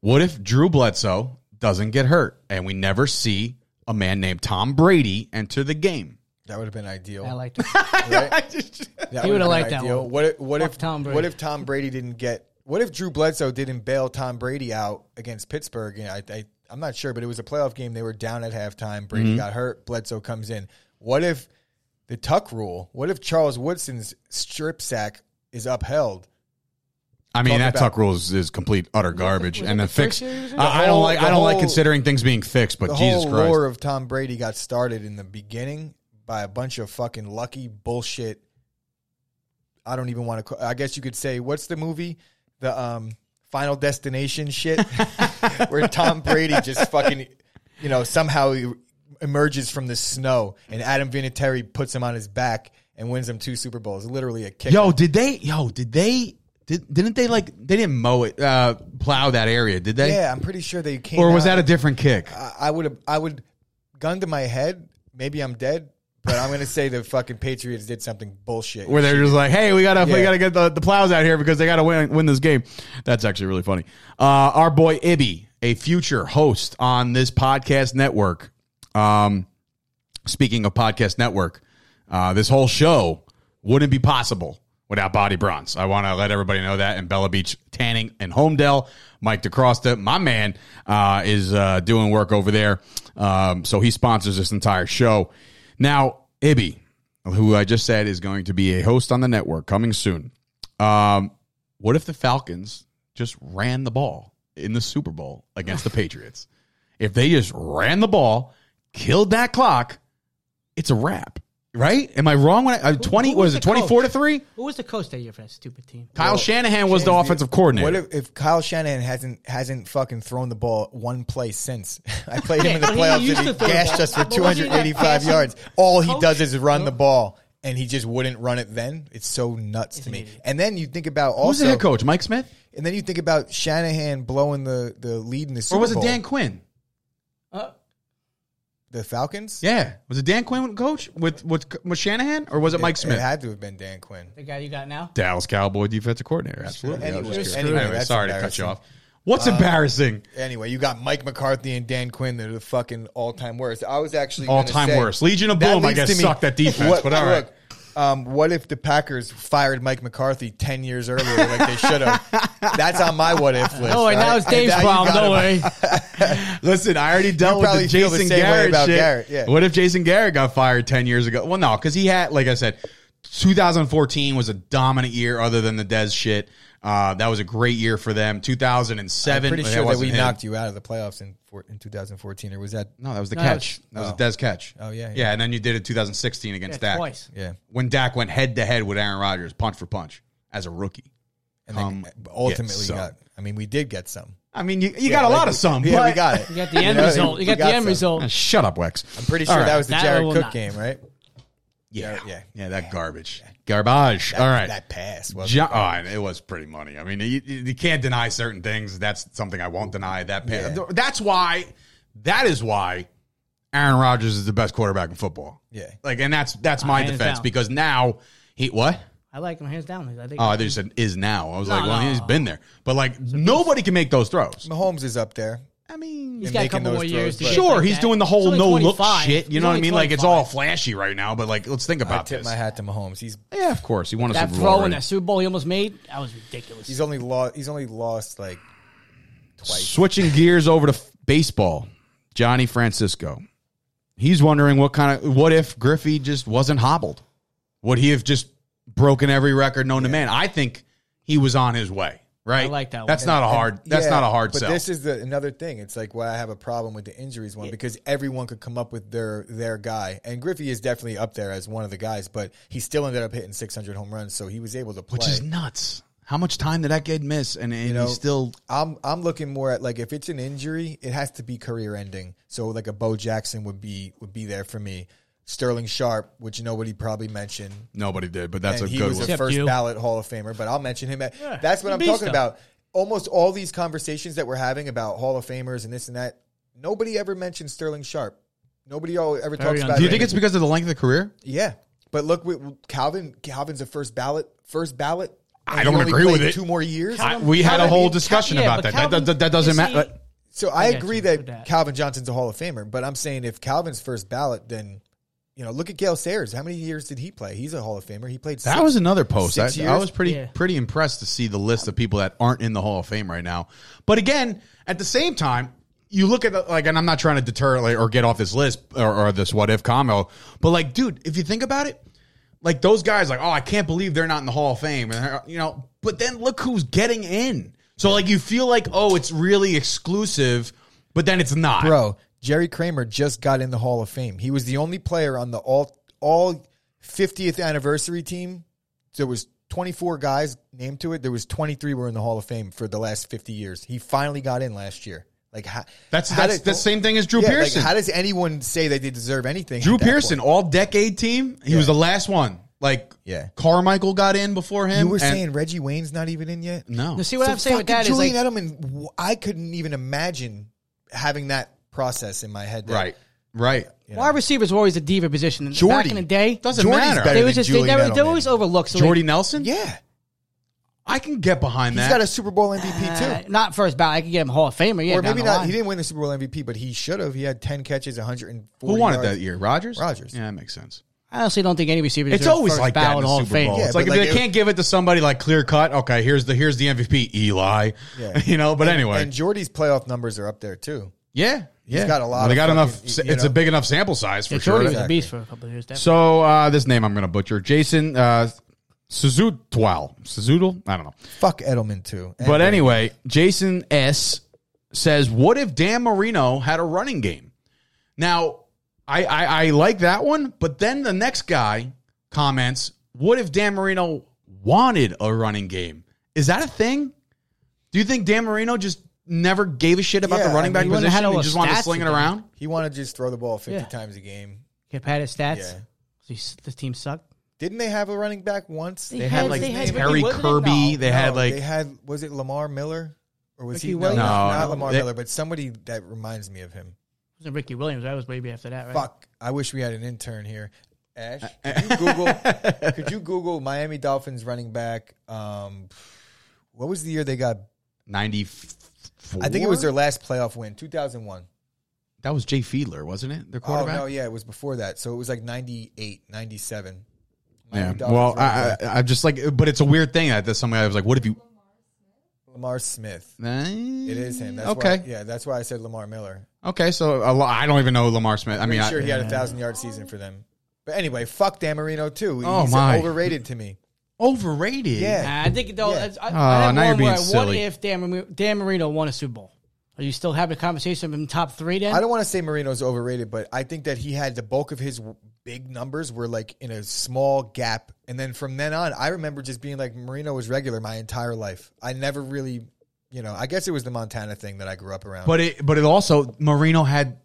S1: What if Drew Bledsoe doesn't get hurt and we never see a man named Tom Brady enter the game?
S3: That would have been ideal.
S2: I liked it.
S3: right? That
S2: He would've
S3: would've been
S2: liked that
S3: ideal.
S2: one.
S3: What if what
S2: Fuck
S3: if
S2: Tom Brady.
S3: what if Tom Brady didn't get? What if Drew Bledsoe didn't bail Tom Brady out against Pittsburgh? You know, I, I I'm not sure, but it was a playoff game. They were down at halftime. Brady
S2: Mm-hmm.
S3: got hurt. Bledsoe comes in. What if the tuck rule? What if Charles Woodson's strip sack is upheld?
S1: I mean,
S3: Talk
S1: that
S3: about-
S1: tuck rule is, is complete utter garbage,
S2: was
S1: and
S2: it
S1: the
S2: the first
S1: fix.
S2: year he was in?
S1: I, I don't like.
S3: The
S1: I don't like
S3: whole-
S1: considering things being fixed, but
S3: The
S1: Jesus
S3: whole
S1: Christ,
S3: lore of Tom Brady got started in the beginning by a bunch of fucking lucky bullshit. I don't even want to. I guess you could say what's the movie, the um, Final Destination shit, where Tom Brady just fucking, you know, somehow he emerges from the snow and Adam Vinatieri puts him on his back and wins him two Super Bowls. Literally a kick.
S1: yo, did they? Yo, did they? Did, didn't they like? They didn't mow it, uh, plow that area, did they?
S3: yeah, Uh, I'm pretty sure they came.
S1: Or was
S3: out-
S1: that a different kick?
S3: I- I would have. I would gun to my head. Maybe I'm dead, but I'm gonna say the fucking Patriots did something bullshit.
S1: where they're just like, "Hey, we gotta we
S3: Yeah.
S1: gotta get the, the plows out here because they gotta win win this game." That's actually really funny. Uh, our boy Ibby, a future host on this podcast network. Um, speaking of podcast network, uh, this whole show wouldn't be possible without Body Bronze. I want to let everybody know that. And Bella Beach Tanning and Homedale, Mike DeCrosta, my man, uh, is uh, doing work over there. Um, so he sponsors this entire show. Now, Ibby, who I just said is going to be a host on the network coming soon. Um, what if the Falcons just ran the ball in the Super Bowl against the Patriots? If they just ran the ball, killed that clock, it's a wrap, right? Am I wrong? When I, uh, twenty
S2: who
S1: was
S2: was
S1: it
S2: the coach?
S1: twenty four to three?
S2: Who was the coach that year for that stupid team?
S1: Kyle Shanahan was the offensive coordinator.
S3: What if, if Kyle Shanahan hasn't hasn't fucking thrown the ball one play since? I played him in the
S2: Yeah, but he
S3: playoffs
S2: used
S3: and he
S2: to throw the
S3: gashed
S2: ball.
S3: us for
S2: But wasn't he that
S3: 285
S2: passing
S3: yards. All he
S2: coach?
S3: does is run the ball, and he just wouldn't run it. Then it's so nuts to me. And then you think about
S1: Who's the
S3: also,
S1: head coach? Mike Smith,
S3: and then you think about Shanahan blowing the the lead in the Super
S1: or was it
S3: Bowl.
S1: Dan Quinn?
S2: Uh,
S3: The Falcons.
S1: Yeah, was it Dan Quinn coach with with, with Shanahan, or was it Mike
S3: It
S1: Smith?
S3: had to have been Dan Quinn.
S2: the guy you got now?
S1: Dallas Cowboy defensive coordinator. Absolutely.
S3: Anyway,
S1: I was just curious.
S3: anyway,
S1: Anyway,
S3: that's
S1: sorry to cut you
S3: embarrassing.
S1: off. What's embarrassing?
S3: Anyway, you got Mike McCarthy and Dan Quinn. They're the fucking all time worst. I was actually gonna
S1: All time
S3: say-
S1: worst. Legion of
S3: That
S1: Boom, I
S3: leads
S1: guess,
S3: to me-
S1: sucked at defense,
S3: What-
S1: but all right.
S3: look, um, what if the Packers fired Mike McCarthy ten years earlier, like they should have? That's on my what if list.
S2: Oh,
S3: all
S2: wait, now
S3: right?
S2: it's Dave's
S3: Now you
S2: problem.
S3: got
S2: Don't
S3: him.
S2: worry.
S1: Listen, I already dealt with the
S3: probably feel the
S1: Jason
S3: same way
S1: Garrett
S3: about
S1: shit.
S3: Garrett, yeah.
S1: What if Jason Garrett got fired ten years ago? Well, no, because he had, like I said, 2014 was a dominant year. Other than the Dez shit, uh, that was a great year for them. 2007.
S3: I'm pretty
S1: but
S3: sure that
S1: wasn't
S3: we
S1: him.
S3: knocked you out of the playoffs in four, in 2014, or was that?
S1: No, that was the
S2: No, that
S1: catch. That was, a Dez catch.
S3: Oh, yeah, yeah.
S1: yeah. And then you did it 2016 against
S2: Yeah,
S1: Dak
S2: twice.
S3: Yeah,
S1: when Dak went head to head with Aaron Rodgers, punch for punch, as a rookie.
S3: and then
S1: Come get
S3: ultimately
S1: some.
S3: got. I mean, we did get some.
S1: I mean, you, you got a
S3: Like,
S1: lot of some.
S3: Yeah,
S1: but,
S3: we got it.
S2: You got the end
S3: know,
S2: result.
S3: we
S2: You got the end
S3: some.
S1: Ah,
S2: result.
S1: Shut up, Wex.
S3: I'm pretty sure that was the
S2: That I
S3: Jared
S2: will
S3: Cook
S2: not.
S3: game, right?
S1: yeah,
S3: yeah.
S1: yeah, that garbage, garbage. All right,
S3: that pass. was
S1: Jo- oh, and it was pretty money. I mean, you, you can't deny certain things. That's something I won't deny. That pa-
S3: Yeah.
S1: that's why that is why Aaron Rodgers is the best quarterback in football.
S3: Yeah.
S1: like, and that's that's my
S2: hands
S1: defense
S2: down.
S1: because now he what?
S2: I like him hands down. I think.
S1: Oh, they just said is now. I was like,
S2: No,
S1: well,
S2: no.
S1: he's been there, but like nobody can make those throws.
S3: Mahomes is up there.
S1: I mean,
S2: he's got a
S3: making
S2: couple
S3: those
S2: more years.
S3: throws,
S2: to
S3: but-
S2: get
S1: sure,
S2: like
S1: he's
S2: that.
S1: doing the whole
S2: He's
S1: no
S2: only
S1: look
S2: 25.
S1: shit. You
S2: He's
S1: know what I
S2: only
S1: mean? Like it's all
S2: 25.
S1: flashy right now, but like let's think
S3: I
S1: about
S3: tip
S1: this.
S3: my hat to Mahomes. He's
S1: Yeah, of course, he won a
S2: That
S1: Super
S2: throw
S1: Bowl.
S2: in
S1: already.
S2: that Super Bowl he almost made, that was ridiculous.
S3: he's only lost. He's only lost like twice.
S1: Switching gears over to f- baseball, Johnny Francisco. He's wondering what kind of what if Griffey just wasn't hobbled? Would he have just broken every record known to man? I think he was on his way. Right?
S2: I like that one.
S1: That's not a hard. That's
S3: Yeah,
S1: not a hard
S3: But
S1: sell.
S3: this is the, another thing. It's like why I have a problem with the injuries one because everyone could come up with their their guy, and Griffey is definitely up there as one of the guys. But he still ended up hitting 600 home runs, so he was able to play.
S1: which is nuts. How much time did that kid miss? And, and
S3: know,
S1: he's still
S3: I'm I'm looking more at like if it's an injury, it has to be career ending. So like a Bo Jackson would be would be there for me. Sterling Sharp, which nobody probably mentioned,
S1: nobody did. But that's
S3: and
S1: a
S3: he
S1: good
S3: was
S1: one.
S3: a
S2: Except
S3: first
S2: you.
S3: ballot Hall of Famer. But I'll mention him. At,
S2: Yeah,
S3: that's what
S2: the
S3: I'm
S2: beast
S3: talking
S2: though.
S3: about. Almost all these conversations that we're having about Hall of Famers and this and that, nobody ever mentioned Sterling Sharp. Nobody all ever
S2: Very
S3: talks about.
S1: Do you
S3: him.
S1: think it's because of the length of the career?
S3: yeah? But look, with Calvin. Calvin's a first ballot. First ballot. and
S1: I
S3: he
S1: don't
S3: only
S1: agree with
S3: played
S1: it.
S3: Two more years.
S1: I- we had a
S2: Calvin-
S1: whole
S2: Cal-
S1: discussion
S2: yeah,
S1: about
S2: but
S1: that. That-
S2: Calvin-
S1: that. that doesn't
S2: is
S1: matter.
S2: he-
S3: So I,
S2: got
S3: agree
S2: you
S3: that,
S2: with that.
S3: Calvin Johnson's a Hall of Famer, but I'm saying if Calvin's first ballot, then You know, look at Gail Sayers. How many years did he play? He's a Hall of Famer. He played.
S1: That was another post. I,
S3: six
S1: I
S3: years?
S1: was pretty
S2: Yeah.
S1: pretty impressed to see the list of people that aren't in the Hall of Fame right now. But again, at the same time, you look at the, like, and I'm not trying to deter like, or get off this list or, or this what if combo, but like, dude, if you think about it, like those guys, like, oh, I can't believe they're not in the Hall of Fame, and they're- you know. But then look who's getting in. So like, you feel like, oh, it's really exclusive, but then it's not.
S3: Bro, Jerry Kramer just got in the Hall of Fame. He was the only player on the all all 50th anniversary team. There was 24 guys named to it. There was 23 were in the Hall of Fame for the last 50 years. He finally got in last year. Like how,
S1: That's
S3: how
S1: that's
S3: did- oh,
S1: the same thing as Drew
S3: Yeah, like,
S1: Pearson.
S3: how does anyone say that they deserve anything?
S1: Drew
S3: at that
S1: Pearson,
S3: point?
S1: all decade team. He was the last one. Like
S3: Yeah.
S1: Carmichael got in before him.
S3: You were
S1: and-
S3: saying Reggie Wayne's not even in yet.
S1: no.
S2: Now, see what
S3: So
S2: I'm saying with
S3: fucking
S2: that is like,
S3: Julian Edelman. w- I couldn't even imagine having that process in my head. that-
S1: Right. Right.
S2: wide receivers were always the diva position. Back
S3: Jordy.
S2: in the day,
S1: Doesn't
S3: Jordy's
S1: matter.
S3: better
S2: they
S3: than
S2: was just they,
S3: Julian
S2: never, they
S3: Edelman.
S2: always overlooked. So
S1: Jordy Nelson?
S3: Yeah,
S1: I can get behind
S3: he's
S1: that.
S3: got a Super Bowl MVP
S2: like,
S3: too.
S2: uh, not first ballot. I could get him Hall of Famer. Yeah,
S3: or
S2: down
S3: maybe
S2: the
S3: not.
S2: line.
S3: He didn't win the Super Bowl MVP, but he should have. He had ten catches, 140.
S1: Who won it
S3: yards.
S1: that year? Rogers?
S3: Rodgers.
S1: Yeah, that makes sense.
S2: I honestly don't think any receiver.
S1: It's
S2: deserves
S1: always
S2: first
S1: like that in
S2: ballot
S1: the
S2: Hall
S1: Super
S2: of Fame.
S1: Bowl.
S3: Yeah,
S1: it's like
S3: but
S1: if
S3: like
S1: they
S3: it-
S1: can't give it to somebody like clear cut. Okay, here's the here's the MVP, Eli.
S3: Yeah.
S1: you know, but anyway,
S3: And Jordy's playoff numbers are up there too.
S1: yeah, yeah,
S3: got a lot
S1: Well, They
S3: of
S1: got enough.
S3: fucking- you
S1: it's
S3: know.
S1: a big enough sample size for
S2: Yeah,
S1: sure.
S2: Jordy was
S1: to-
S2: a beast for a couple of years. Definitely.
S1: So uh, this name I'm going to butcher, Jason uh, Suzutwal. Suzutwal? I don't know.
S3: Fuck Edelman too. And
S1: But anyway, Jason S says, "What if Dan Marino had a running game?" Now, I, I I like that one, but then the next guy comments, "What if Dan Marino wanted a running game? Is that a thing? Do you think Dan Marino just never gave a shit about
S3: Yeah,
S1: the running
S3: I
S1: back
S2: mean, he wouldn't
S1: position
S2: have had all
S1: and
S2: the
S1: just wanted to
S2: stats
S1: sling it
S2: again.
S1: around?"
S3: he wanted to just throw the ball 50
S2: Yeah.
S3: times a game.
S2: Get pad his stats.
S3: Yeah.
S2: So he's- the team sucked.
S3: Didn't they have a running back once?
S2: They had, like,
S3: his
S2: they had
S3: name-
S2: Ricky
S1: Harry
S2: Woodley?
S1: Kirby,
S2: No.
S1: they had
S3: No,
S1: like
S3: they had was it Lamar Miller or was
S2: Ricky
S3: he no,
S2: Williams?
S3: no,
S1: No,
S3: not
S1: no.
S3: Lamar
S1: They-
S3: Miller, but somebody that reminds me of him.
S2: It wasn't Ricky Williams. That was maybe after that, right?
S3: Fuck, I wish we had an intern here. Ash, could you Google? could you Google Miami Dolphins running back? Um, what was the year they got?
S1: 94.
S3: I think it was their last playoff win, two thousand one.
S1: That was Jay Fiedler, wasn't it? Their
S3: Oh
S1: quarterback.
S3: no, yeah, it was before that. So it was like 98, 97.
S1: Yeah.
S3: Miami Dolphins
S1: Well,
S3: running
S1: I,
S3: back,
S1: I, I'm just like, but it's a weird thing that there's somebody I was like, what if you?
S3: Lamar Smith. It
S1: It
S3: is him. That's
S1: okay.
S3: Why, yeah, that's why I said Lamar Miller.
S1: Okay. So a lo- I don't even know Lamar Smith. I mean,
S3: Pretty
S1: I,
S3: sure he had a thousand yard season for them. But anyway, fuck Dan Marino too.
S1: Oh,
S3: He's
S1: my.
S3: overrated to me.
S1: overrated.
S3: Yeah.
S2: Nah, I think though.
S3: Yeah.
S2: that's- I,
S1: Oh,
S2: I have
S1: now you're
S2: one
S1: being
S2: where,
S1: silly.
S2: What if Dan, Mar- Dan Marino won a Super Bowl? Are you still having a conversation of him top three then?
S3: I don't want to say Marino's overrated, but I think that he had the bulk of his w- big numbers were like in a small gap, and then from then on, I remember just being like Marino was regular my entire life. I never really, you know, I guess it was the Montana thing that I grew up around.
S1: But it, but it also Marino had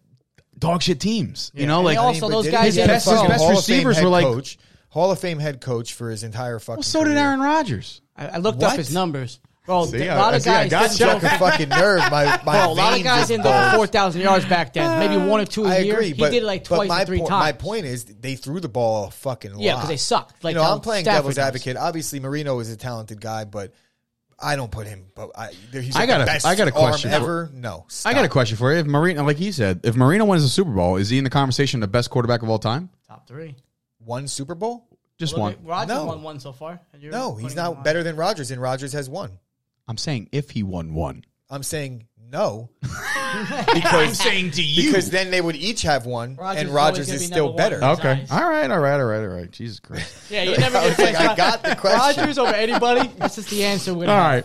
S1: dog shit teams. You know,
S2: And
S1: like
S2: also those guys
S1: his
S2: that
S1: best,
S2: are
S1: his
S2: fucking
S1: best
S3: Hall of Fame
S1: receivers
S3: head
S1: were like.
S3: coach, Hall of Fame head coach for his entire fucking.
S1: Well, so did
S3: career.
S1: Aaron Rodgers.
S2: I, I looked
S3: What?
S2: up his numbers. Bro,
S1: See,
S2: th-
S1: I-
S2: a lot
S1: I
S2: of
S1: see, I got
S2: guys didn't
S1: you.
S2: jump-
S3: Fucking fucking nerve. My, my
S2: Bro, a lot of
S3: veins
S2: guys
S3: is
S2: in
S3: bulged.
S2: the four thousand yards back then, maybe one or two a
S3: Uh, I
S2: year.
S3: agree,
S2: he
S3: but
S2: did it like
S3: but
S2: twice
S3: my
S2: or three
S3: point,
S2: times.
S3: My point is, they threw the ball a fucking
S2: Yeah,
S3: lot.
S2: 'cause they sucked, like
S3: you know,
S2: how
S3: I'm playing
S2: Stafford
S3: devil's
S2: does.
S3: advocate. Obviously, Marino is a talented guy, but I don't put him. But I, he's
S1: I
S3: like
S1: got
S3: the
S1: a-
S3: best
S1: I got a
S3: arm
S1: question for-
S3: ever. No,
S1: I got a question for you. If Marino, like he said, if Marino wins the Super Bowl, is he in the conversation the best quarterback of all time?
S2: Top three.
S3: one Super Bowl.
S1: Just
S2: Look
S1: one.
S2: at- Rodgers
S3: No.
S2: won one so far. and you're
S3: No, he's
S2: putting him
S3: not
S2: on.
S3: better than Rodgers, and Rodgers has one.
S1: I'm saying if he won one.
S3: I'm saying no
S1: I'm saying to you
S3: because then they would each have one,
S2: Rodgers
S3: and
S2: is always
S3: Rodgers
S2: gonna
S3: is
S2: be
S3: still
S2: number one.
S3: better.
S2: Oh.
S1: Okay.
S2: Nice.
S1: All right. All right. All right. All right. Jesus Christ.
S2: Yeah, you never get
S3: I was like,
S2: to
S3: I got the question.
S2: Rodgers over anybody. That's just the answer. We're
S1: All
S2: gonna
S1: right.
S2: have.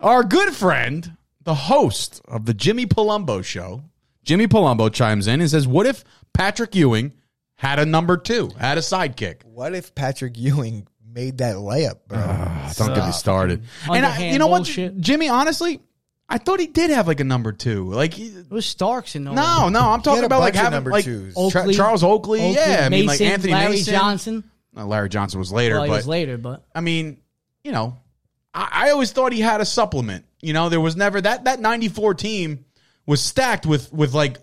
S1: Our good friend, the host of the Jimmy Palumbo show, Jimmy Palumbo chimes in and says, What if Patrick Ewing had a number two, had a sidekick?
S3: What if Patrick Ewing made that layup,
S1: Uh,
S3: bro?
S1: don't get me started. And I,
S2: underhand
S1: you know what,
S2: bullshit.
S1: Jimmy, honestly, I thought he did have like a number two. Like, he,
S2: It was Starks and all that.
S1: no, no, I'm
S3: He
S1: talking
S3: had a
S1: about like
S3: bunch of
S1: having
S3: number
S1: like
S3: twos.
S1: Tra-
S2: Oakley,
S1: Charles Oakley.
S2: Oakley,
S1: yeah, I mean, like
S2: Mason,
S1: Anthony
S2: Larry
S1: Mason.
S2: Johnson.
S1: Uh, Larry Johnson was later,
S2: Well, he
S1: but
S2: was later, but
S1: I mean, you know, I, I always thought he had a supplement. You know, there was never that that '94 team was stacked with with like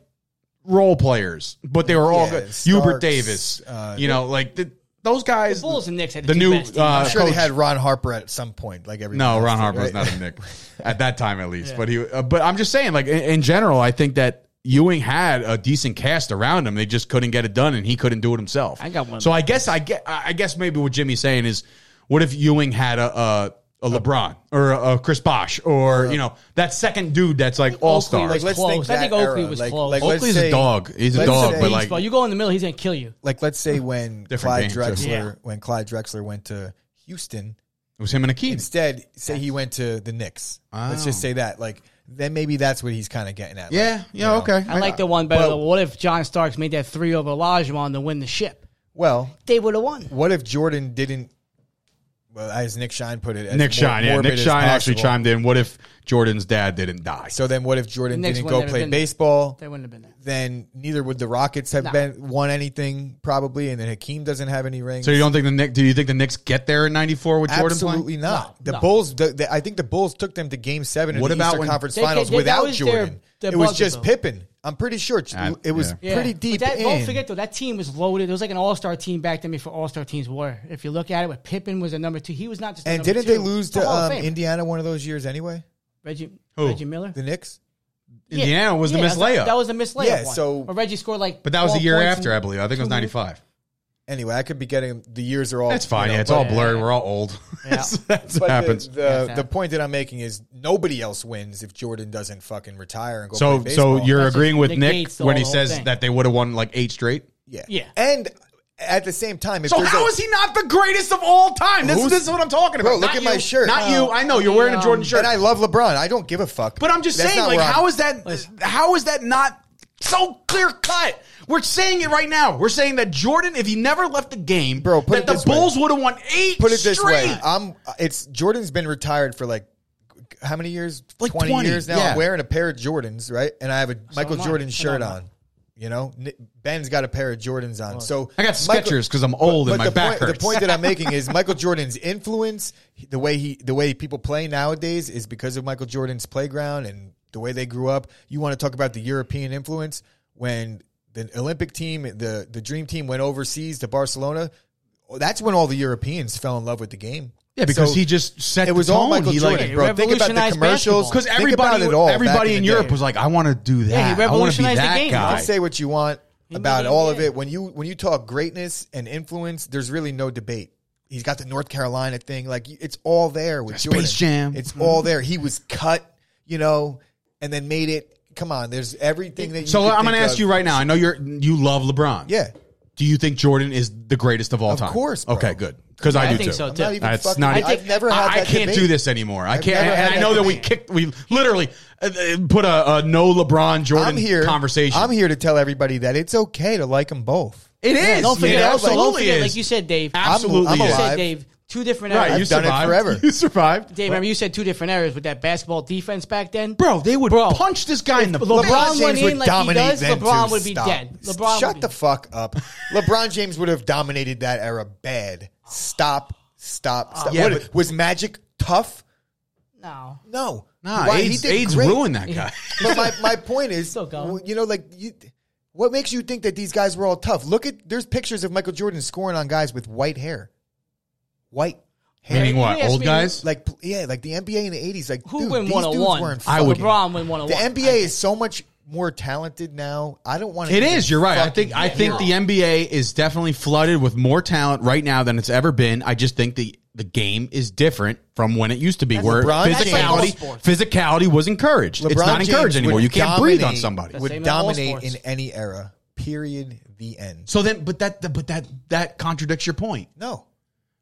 S1: role players, but they were all
S3: Yeah,
S1: good.
S3: Starks,
S1: Hubert Davis,
S3: uh,
S1: you know, like the, those guys.
S2: the Bulls and Knicks had the,
S1: the
S2: two
S1: new,
S2: best teams.
S1: uh,
S3: I'm sure they
S1: Coach-
S3: had Ron Harper at some point, like every
S1: no, Ron Harper was not a Nick at that time, at least. But he, uh, but I'm just saying, like in, in general, I think that Ewing had a decent cast around him. They just couldn't get it done, and he couldn't do it himself.
S2: I got one.
S1: So I guess I get. I I guess maybe what Jimmy's saying is, what if Ewing had a a, a LeBron or a, a Chris Bosh or you know that second dude that's like all star.
S2: Oakley was
S3: let's
S2: close.
S3: think
S2: I think
S3: that
S2: Oakley
S3: era.
S2: was
S3: Like-
S2: close.
S3: like, let's
S1: Oakley's a
S3: say-
S1: dog. He's a
S3: let's
S1: dog,
S3: say-
S1: oh, but like
S2: Baseball, you go in the middle, he's gonna kill you.
S3: like let's say when
S1: Different
S3: Clyde
S1: game, too.
S3: Drexler
S2: Yeah.
S3: when Clyde Drexler went to Houston
S1: it was him and a kid.
S3: instead say he went to the Knicks. Let's just
S1: Wow.
S3: say that like then maybe that's what he's kind of getting at. Like,
S1: Oh. Yeah. Yeah. Okay.
S2: I like the one better.
S3: But-
S2: though. what if John Starks made that three over Olajuwon to win the ship?
S3: well,
S2: They would have won.
S3: what if Jordan didn't? Well, as Nick Shine put it, as
S1: Nick
S3: mor-
S1: Shine, yeah.
S3: morbid
S1: Nick
S3: as
S1: Shine actually
S3: possible.
S1: chimed in. What if Jordan's dad didn't die?
S3: So then, what if Jordan
S2: The Knicks
S3: didn't
S2: wouldn't
S3: go
S2: have
S3: play
S2: been there.
S3: baseball?
S2: They wouldn't have been there.
S3: Then neither would the Rockets have
S2: No.
S3: been won anything probably, and then Hakeem doesn't have any rings.
S1: So you don't think the Knicks? Do you think the Knicks get there in '94 with Jordan playing?
S3: Absolutely not.
S2: No,
S3: the
S2: no.
S3: Bulls. The, the, I think the Bulls took them to Game Seven of
S1: What
S3: the
S1: about
S3: Eastern
S1: when-
S3: Conference
S2: They-
S3: Finals
S2: they- that
S3: without
S2: was their-
S3: Jordan.
S2: their
S3: it was
S2: buzzer,
S3: just
S2: though.
S3: Pippen. I'm pretty sure it's-
S1: I-
S3: it was
S1: Uh, yeah.
S3: pretty
S2: But
S3: deep.
S2: that-
S3: in.
S2: Don't forget though, that team was loaded. It was like an all star team back then before all star teams were. If you look at it, but Pippen was a number two. He was not just. A
S3: And
S2: number
S3: didn't
S2: two.
S3: they lose
S2: He's a
S3: to
S2: Hall of
S3: um,
S2: Famer.
S3: Indiana one of those years anyway?
S2: Reggie
S1: Who?
S2: Reggie Miller?
S3: The Knicks.
S1: Indiana was the
S2: Yeah,
S1: missed
S2: that's-
S1: layup.
S2: That was the missed layup.
S3: Yeah,
S2: one.
S3: so-
S2: Where Reggie scored like.
S1: but that was the
S2: 12
S1: year
S2: points
S1: after,
S2: in
S1: I believe. I think it was
S2: two minutes.
S1: '95.
S3: Anyway, I could be getting the years are all.
S1: That's fine.
S3: you know,
S1: yeah, it's
S3: but-
S1: all blurred. We're all old.
S2: Yeah.
S1: That's
S3: But
S1: what happens.
S3: The, the,
S2: Yeah, it's
S3: the
S2: happened.
S3: point that I'm making is nobody else wins if Jordan doesn't fucking retire and go
S1: so,
S3: play
S1: so
S3: baseball.
S1: you're
S2: That's
S1: agreeing
S2: just
S1: with Nick
S2: negates the
S1: when he
S2: whole
S1: says
S2: thing.
S1: that they would have won like eight straight.
S3: yeah,
S2: Yeah.
S3: And at the same time, if
S1: So
S3: there's
S1: how
S3: a-
S1: is he not the greatest of all time? This,
S3: Who's-
S1: this is what I'm talking about.
S3: Bro, look
S1: Not
S3: at my
S1: you.
S3: shirt.
S1: Not
S3: No.
S1: you. I know you're wearing a
S2: Um,
S1: Jordan shirt.
S3: and I love LeBron. I don't give a fuck.
S1: But I'm just
S3: That's
S1: saying,
S3: not
S1: like,
S3: where I'm-
S1: how is that? How is that not so clear cut? We're saying it right now. We're saying that Jordan, if he never left the game,
S3: Bro, put
S1: that
S3: it
S1: the
S3: this way.
S1: Bulls would have won eight.
S3: put it this
S1: straight.
S3: way. I'm. It's Jordan's been retired for like how many years?
S1: Like
S3: 20,
S1: 20,
S3: years now.
S1: yeah.
S3: I'm wearing a pair of Jordans, right? And I have a Michael
S2: am I.
S3: Jordan
S2: So
S3: shirt
S2: am I.
S3: on. You know, Ni- Ben's got a pair of Jordans on. So
S1: I got
S3: Michael-
S1: Skechers 'cause I'm old and my
S3: the
S1: back
S3: point, the
S1: hurts.
S3: point that I'm making is Michael Jordan's influence, the way he, the way people play nowadays, is because of Michael Jordan's playground and the way they grew up. You want to talk about the European influence when the Olympic team, the the Dream Team, went overseas to Barcelona. That's when all the Europeans fell in love with the game.
S1: Yeah, because
S3: So
S1: he just set
S3: it was
S1: the
S3: all
S1: tone.
S3: Michael
S1: he
S3: Jordan,
S1: like
S3: bro. Think about the
S2: revolutionized
S3: commercials.
S2: basketball.
S1: because
S3: Think
S1: everybody,
S3: about it all
S1: everybody
S3: back
S1: in
S3: the
S1: Europe
S3: day.
S1: was like, I want to do that.
S2: Yeah, he
S1: I want to be
S2: revolutionized the
S1: that
S2: game.
S1: guy.
S3: I'll say what you want
S2: made
S3: about
S2: it,
S3: all of
S2: yeah.
S3: it. When you when you talk greatness and influence, there's really no debate. He's got the North Carolina thing, like it's all there with Jordan.
S1: Space Jam.
S3: It's all there. He was cut, you know, and then made it. Come on, there's everything that. you
S1: so
S3: could
S1: I'm going to
S3: think
S1: ask
S3: of.
S1: you right now. I know you're you love LeBron.
S3: Yeah,
S1: Do you think Jordan is the greatest of all time?
S3: course, bro.
S1: Okay, good. Because I
S2: I
S1: do
S2: think
S1: too.
S2: so, too.
S3: I'm not even
S1: That's
S3: fucking.
S1: not-
S3: I've
S1: I
S2: think-
S3: never had.
S1: I, I
S3: that
S1: can't
S3: debate.
S1: do this anymore. I can't.
S3: never
S1: And
S3: had
S1: I
S3: that
S1: know that we
S3: debate.
S1: kicked. We literally uh, uh, put a, a no LeBron Jordan
S3: I'm here.
S1: conversation.
S3: I'm here to tell everybody that it's okay to like them both.
S1: It
S2: Yeah,
S1: is.
S2: Don't forget.
S1: It
S2: also,
S1: absolutely
S2: don't forget,
S1: is.
S2: Like you said, Dave.
S1: absolutely.
S3: I'm
S2: You
S1: is.
S3: alive.
S2: said, Dave. Two different
S1: Right,
S2: eras.
S1: you
S3: I've done it
S1: survived.
S3: forever.
S1: You survived,
S2: Dave, remember you said two different eras with that basketball defense back then,
S1: bro. They would
S2: Bro,
S1: punch this guy in the
S2: LeBron
S1: face.
S2: went in like he does,
S3: them
S2: LeBron
S3: two.
S2: would be
S3: Stop.
S2: dead. LeBron
S3: shut
S2: would be-
S3: the fuck up. LeBron James would have dominated that era bad. Stop, stop, stop.
S1: Yeah,
S3: What-
S1: but-
S3: was Magic tough?
S2: No.
S3: No,
S1: Nah,
S3: Why? He
S1: AIDS,
S3: did
S1: AIDS
S3: great.
S1: ruined that guy.
S3: But my, my point is,
S2: Still gone.
S3: w- you know, like you, what makes you think that these guys were all tough? Look at there's pictures of Michael Jordan scoring on guys with white hair, white hair.
S1: Meaning what?
S2: You asked
S1: Old
S2: me
S1: guys?
S3: Like yeah, like the NBA in the eighties, like
S2: Who
S3: dude,
S2: win
S3: these
S2: one on
S3: dudes
S2: one?
S3: weren't
S1: I would-
S2: LeBron win one on
S3: The
S2: one.
S3: NBA is so much more talented now. I don't want to.
S1: It is. You're right. I think. I think the NBA is definitely flooded with more talent right now than it's ever been. I just think the the game is different from when it used to be, where
S3: LeBron James.
S1: physicality
S2: That's like all sports.
S1: physicality was encouraged. it's not
S3: James
S1: encouraged anymore.
S3: would
S1: You can't breathe on
S3: dominate-
S1: somebody.
S2: That's
S3: Would
S2: same in all
S3: dominate
S2: sports.
S3: in any era. Period. The end.
S1: So then, but that, but that, that contradicts your point
S3: No.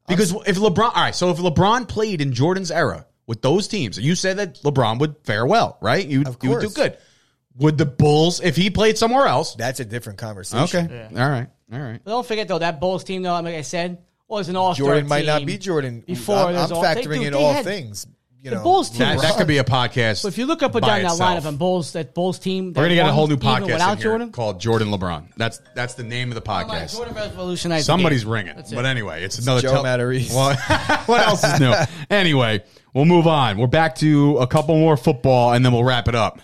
S1: because if LeBron, all right, so if LeBron played in Jordan's era with those teams, you said that LeBron would fare well, right? You,
S3: Of
S1: you would do
S3: course.
S1: good. Would the Bulls, if he played somewhere else?
S3: That's a different conversation.
S1: Okay, all right, all right.
S2: But don't forget though that Bulls team though, like I said, was an all-star.
S3: Jordan might not
S2: team
S3: be Jordan.
S2: Before
S3: I'm,
S2: there's
S3: I'm
S2: all- they-
S3: factoring
S2: dude,
S3: in
S2: they
S3: all
S2: had-
S3: things. You
S2: the
S3: know,
S2: Bulls team
S1: That,
S2: was
S1: that
S2: hot.
S1: could be a podcast.
S2: But if you look up and
S1: by
S2: down that
S1: itself.
S2: lineup and Bulls, that Bulls team, that
S1: We're gonna get a
S2: won
S1: whole new
S2: even
S1: podcast in
S2: without
S1: here
S2: Jordan.
S1: called Jordan LeBron. That's that's the name of the
S2: Come on,
S1: podcast.
S2: Jordan revolutionized. the
S1: Somebody's
S2: game.
S1: ringing,
S2: That's it.
S1: but anyway, it's, another
S3: Joe Matarese.
S1: Well, what else is new? Anyway, we'll move on. We're back to a couple more football, and then we'll wrap it up.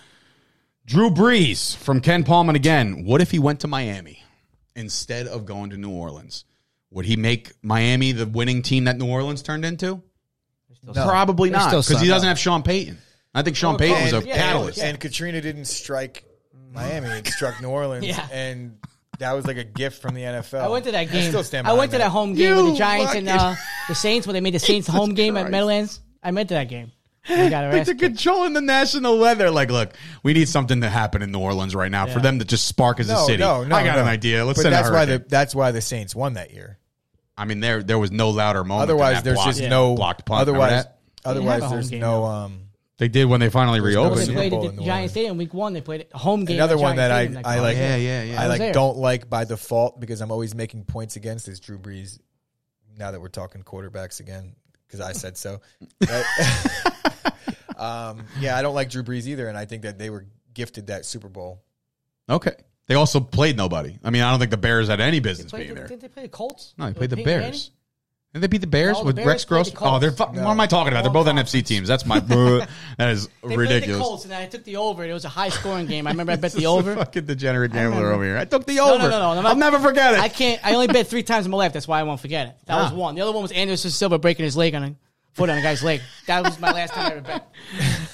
S1: Drew Brees from Ken Palman again. What if he went to Miami instead of going to New Orleans? Would he make Miami the winning team that New Orleans turned into? Probably
S4: They
S1: not,
S4: still
S1: because he
S4: suck.
S1: doesn't have Sean Payton. I think Sean Payton was a
S2: yeah, yeah,
S1: catalyst.
S2: yeah.
S3: and Katrina didn't strike Miami and struck New Orleans,
S2: Yeah.
S3: and that was like a gift from the NFL.
S2: I went to that game.
S3: I still stand
S2: I went to that
S3: behind
S2: home game with
S1: You
S2: the Giants and uh,
S1: fucking-
S2: the Saints when they made the Saints home game at
S1: Christ.
S2: Meadowlands. I went to that game. We got our
S1: Like
S2: ass
S1: they're
S2: kicked.
S1: controlling the national weather. Like, look, we need something to happen in New Orleans right now for
S2: Yeah.
S1: them to just spark as a city.
S3: No, no,
S1: I got
S3: no.
S1: an idea. Let's
S3: but
S1: send
S3: that's
S1: a
S3: why
S1: hurricane.
S3: the that's why the Saints won that year.
S1: I mean, there there was no louder moment. than
S3: Otherwise,
S1: that
S3: there's
S1: blocked-
S3: just no
S1: blocked punt. Remember
S3: Otherwise,
S1: that?
S3: otherwise
S2: have a home
S3: there's
S2: game,
S3: no. Um,
S1: they did when they finally
S3: no
S2: They
S1: reopened.
S3: Super
S2: played
S3: Bowl
S2: at
S3: in
S2: the
S3: New
S2: Giants
S3: Orleans.
S2: Stadium week one. They played a home game.
S3: Another
S2: at
S3: one
S2: Giants
S3: that I
S2: Stadium
S3: I
S2: game.
S3: like.
S1: Yeah, yeah, yeah.
S3: I
S1: I
S2: was
S3: like
S2: there.
S3: don't like by default because I'm always making points against is Drew Brees. Now that we're talking quarterbacks again, because I said so. But, um, yeah, I don't like Drew Brees either, and I think that they were gifted that Super Bowl.
S1: Okay. They also played nobody. I mean, I don't think the Bears had any business
S2: Played
S1: being
S2: the-
S1: there.
S2: Didn't they play the Colts?
S1: No, they
S2: With
S1: played the
S2: Peyton Manning?
S1: Bears. Did they beat the Bears
S2: No, the
S1: with
S2: Bears
S1: Rex
S2: played
S1: Gross?
S2: the Colts.
S1: Oh, they're fu- what am I talking about? They're both
S2: Wrong
S1: NFC teams. That's my that is
S2: They played the
S1: ridiculous.
S2: Colts, and I took the over. It was a high scoring game. I remember I bet
S1: This is
S2: the
S1: a
S2: over.
S1: fucking degenerate gambler
S2: remember.
S1: over here. I took the
S2: no,
S1: over.
S2: no, no, no.
S1: I'll never forget it.
S2: I can't. I only bet three times in my life. That's why I won't forget it. That was
S1: Ah.
S2: one. The other one was Anderson Silva breaking his leg on a foot on a guy's leg. That was my last time I ever bet.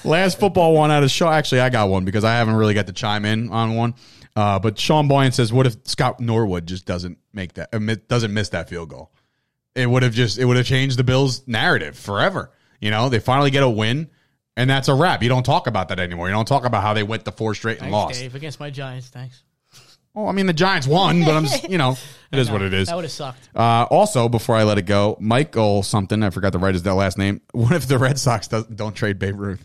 S1: Last football one out of Shaw. Actually, I got one because I haven't really got to chime in on one. Uh, but Sean Boyan says, "What if Scott Norwood just doesn't make that? uh, mi- Doesn't miss that field goal? It would have just it would have changed the Bills' narrative forever. You know, they finally get a win, and that's a wrap. You don't talk about that anymore. You don't talk about how they went to four straight and
S2: Thanks,
S1: lost.
S2: Dave, against my Giants. Thanks.
S1: Oh, I mean, the Giants won, but I'm just you know, it is
S2: No,
S1: what it is.
S2: That would have sucked.
S1: Uh, also, before I let it go, Michael something I forgot to write his that last name. What if the Red Sox does, don't trade Babe Ruth?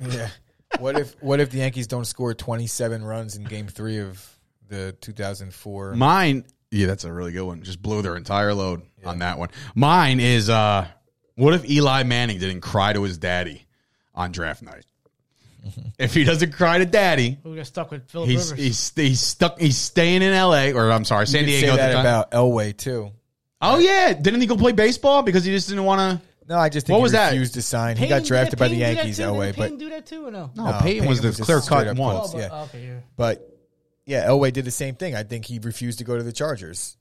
S3: Yeah. what if what if the Yankees don't score 27 runs in Game Three of the 2004?
S1: Mine, yeah, that's a really good one. Just blew their entire load on that one. Mine is uh what if Eli Manning didn't cry to his daddy on draft night? if he doesn't cry to daddy,
S2: We would have stuck with Philip
S1: he's
S2: Rivers.
S1: he's he's stuck he's staying in LA or I'm sorry, San
S3: You could
S1: Diego.
S3: say
S1: at the
S3: that
S1: time.
S3: about Elway too.
S1: oh yeah, didn't he go play baseball because he just didn't want to
S3: No, I just think
S1: What
S3: he
S1: was that?
S3: refused to sign. He
S2: Payton
S3: got
S2: did
S3: drafted
S2: that-
S3: by the
S2: Payton did that
S3: Yankees
S2: too? Did
S3: Elway, but
S2: Payton do that too or no?
S1: No, Peyton was the
S3: just
S1: clear-cut
S3: straight-up
S1: one. uh,
S3: balls,
S2: Oh,
S3: yeah.
S2: but- okay, you're-
S3: But yeah, Elway did the same thing. I think he refused to go to the Chargers.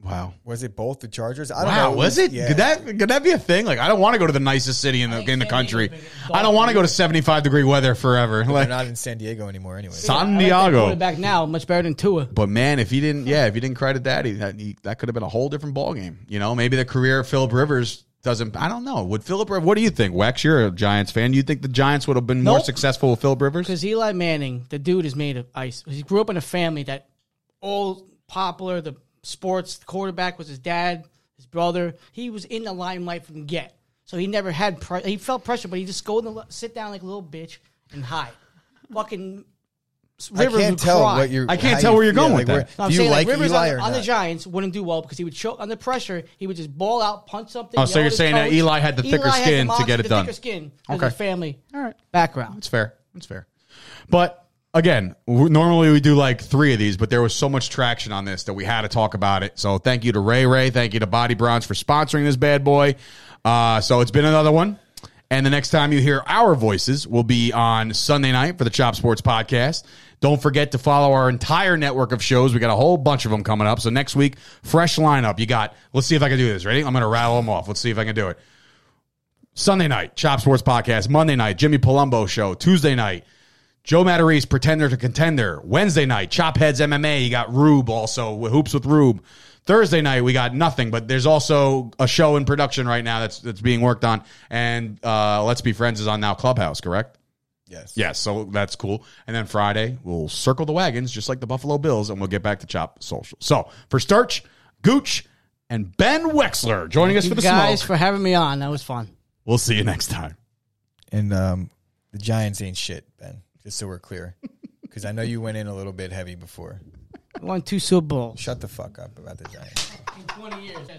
S1: Wow.
S3: Was it both the Chargers? I don't
S1: Wow,
S3: know.
S1: was it?
S3: Yeah.
S1: Could that could that be a thing? Like I don't want to go to the nicest city in the in the
S2: San
S1: country.
S2: Diego,
S1: I don't want to go to 75 degree weather forever.
S3: They're
S1: Like
S3: not in San Diego anymore, anyway.
S2: I
S1: San
S2: like that
S1: Diego.
S2: quarterback now much better than Tua.
S1: But man, if he didn't, yeah, if he didn't cry to daddy, that he, that could have been a whole different ball game. You know, maybe the career of Philip Rivers doesn't. I don't know. Would Philip? Riv- What do you think, Wex? You're a Giants fan. You think the Giants would have been more
S2: Nope.
S1: successful with Philip Rivers?
S2: Because Eli Manning, the dude is made of ice. He grew up in a family that all popular, the sports the quarterback was his dad, his brother. He was in the limelight from get. So he never had pre- he felt pressure, but he just go in the, sit down like a little bitch and hide. Fucking
S3: I
S2: Rivers
S3: can't
S2: would
S3: tell
S2: cry.
S3: what you're.
S1: I can't
S3: how
S1: tell where you're
S3: yeah,
S1: going
S3: like,
S1: with
S3: where-
S1: that.
S2: No, I'm
S3: Do you
S2: saying
S3: like
S2: like Rivers
S3: Eli
S2: on,
S3: or
S2: on the
S3: not?
S2: Giants wouldn't do well because he would choke under pressure. He would just ball out, punch something.
S1: Oh, so
S2: yell at
S1: you're
S2: his
S1: saying that
S2: coach.
S1: Eli had the thicker
S2: Eli has
S1: skin to
S2: moxie,
S1: get it
S2: the
S1: done.
S2: Thicker skin. 'cause of
S1: Okay.
S2: family.
S1: All right.
S2: Background.
S1: That's fair. That's fair. But again, w- normally we do like three of these, but there was so much traction on this that we had to talk about it. So thank you to Ray Ray. Thank you to Body Bronze for sponsoring this bad boy. Uh, so it's been another one. And the next time you hear our voices will be on Sunday night for the Chop Sports Podcast. Don't forget to follow our entire network of shows. We got a whole bunch of them coming up. So next week, fresh lineup. You got, let's see if I can do this. Ready? I'm going to rattle them off. Let's see if I can do it. Sunday night, Chop Sports Podcast. Monday night, Jimmy Palumbo Show. Tuesday night, Joe Matarese, Pretender to Contender. Wednesday night, Chop Heads MMA. You got Rube also, with Hoops with Rube. Thursday night, we got nothing, but there's also a show in production right now that's that's being worked on. And uh, Let's Be Friends is on now Clubhouse, correct?
S3: Yes.
S1: Yes, so that's cool. And then Friday, we'll circle the wagons just like the Buffalo Bills, and we'll get back to Chop Social. So for Starch, Gooch, and Ben Wexler joining us
S2: you
S1: for the
S2: guys
S1: smoke.
S2: for having me on. That was fun.
S1: We'll see you next time.
S3: And um, the Giants ain't shit, Ben. Just so we're clear, because I know you went in a little bit heavy before.
S2: We won two Super Bowls.
S3: Shut the fuck up about the Giants.
S2: In 20 years, that's